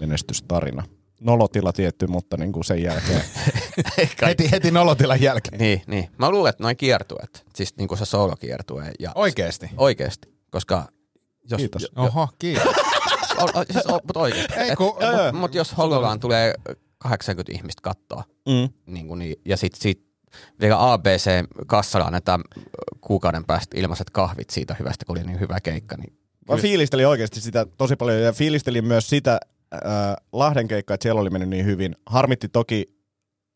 Menestystarina. Nolotila tietty, mutta niin kuin sen jälkeen.
Heti, heti nolotilan jälkeen.
Niin, niin. Mä luulen, että noin kiertueet, siis niinku se solo kiertue. Ja
Oikeesti.
Oikeesti, koska jos,
Kiitos.
jo-
Oho, kiitos.
O, o, siis, o, mut oikeesti.
Ei kun-
Mutta mut jos Hollolaan tulee 80 ihmistä kattoa,
Mm.
niin kun, niin- ja sitten sit vielä ABC-kassalla annetaan ö, kuukauden päästä ilmaiset kahvit siitä hyvästä, kun oli niin hyvä keikka, niin
Mä fiilistelin oikeasti sitä tosi paljon ja fiilistelin myös sitä äh, Lahden keikkaa, että siellä oli mennyt niin hyvin. Harmitti toki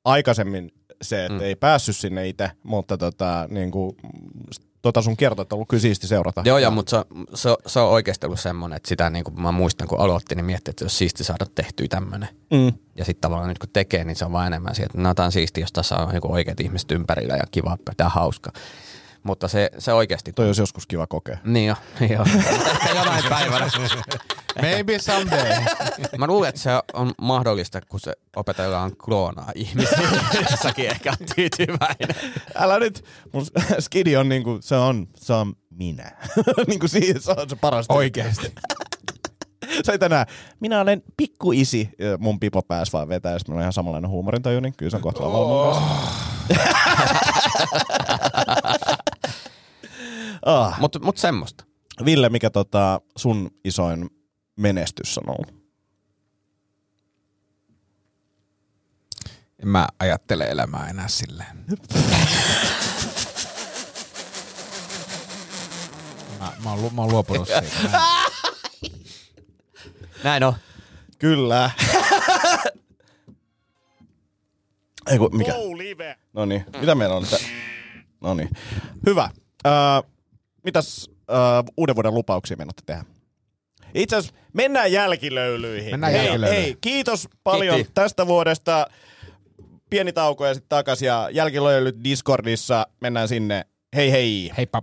aikaisemmin se, että
Mm.
mm. ei päässyt sinne itse, mutta tota, niin kuin, tota sun kertoit on ollut kyllä siisti seurata.
Joo, joo, mutta se, se, se on oikeasti ollut semmoinen, että sitä niin kuin mä muistan, kun aloitti, niin miettii, että se olisi siisti saada tehtyä tämmöinen.
Mm.
Ja sitten tavallaan nyt kun tekee, niin se on vaan enemmän siitä, että no tämä on siisti, jos tässä on niin oikeat ihmiset ympärillä ja kiva pitää hauska. Mutta se, se oikeasti...
Toi olisi joskus kiva kokea.
Niin jo, niin jo. Ehkä jonain päivänä.
Maybe someday.
Mä luulen, että se on mahdollista, kun se opetellaan kloonaa ihmisiä. Jossakin ehkä on tyytyväinen.
Älä nyt, mun skidi on niinku, niin se on, se on minä. niin kuin siis se on se paras.
Oikeesti.
Se ei tänään. Minä olen pikkuisi. Ja Mun pipo pääs vaan vetää, jos minulla on ihan samanlainen huumorintaju, niin kyllä se on kohta oh. ah.
Mutta mut semmoista.
Ville, mikä tota sun isoin menestys on ollut?
En Mä ajattelen elämää enää silleen. Mä, mä, oon, lu- mä oon luopunut siitä. Mä en-
Näin on.
Kyllä. Eiku, mikä? No niin, mitä meillä on? No niin. Hyvä. Öö, mitäs öö, uuden vuoden lupauksia menotte tehdä? Itse asiassa mennään jälkilöylyihin.
Mennään
hei,
jälkilöylyihin.
Hei, kiitos paljon
Kiitti.
tästä vuodesta. Pieni tauko ja sitten takas ja jälkilöylyt Discordissa. Mennään sinne. Hei hei.
Heippa.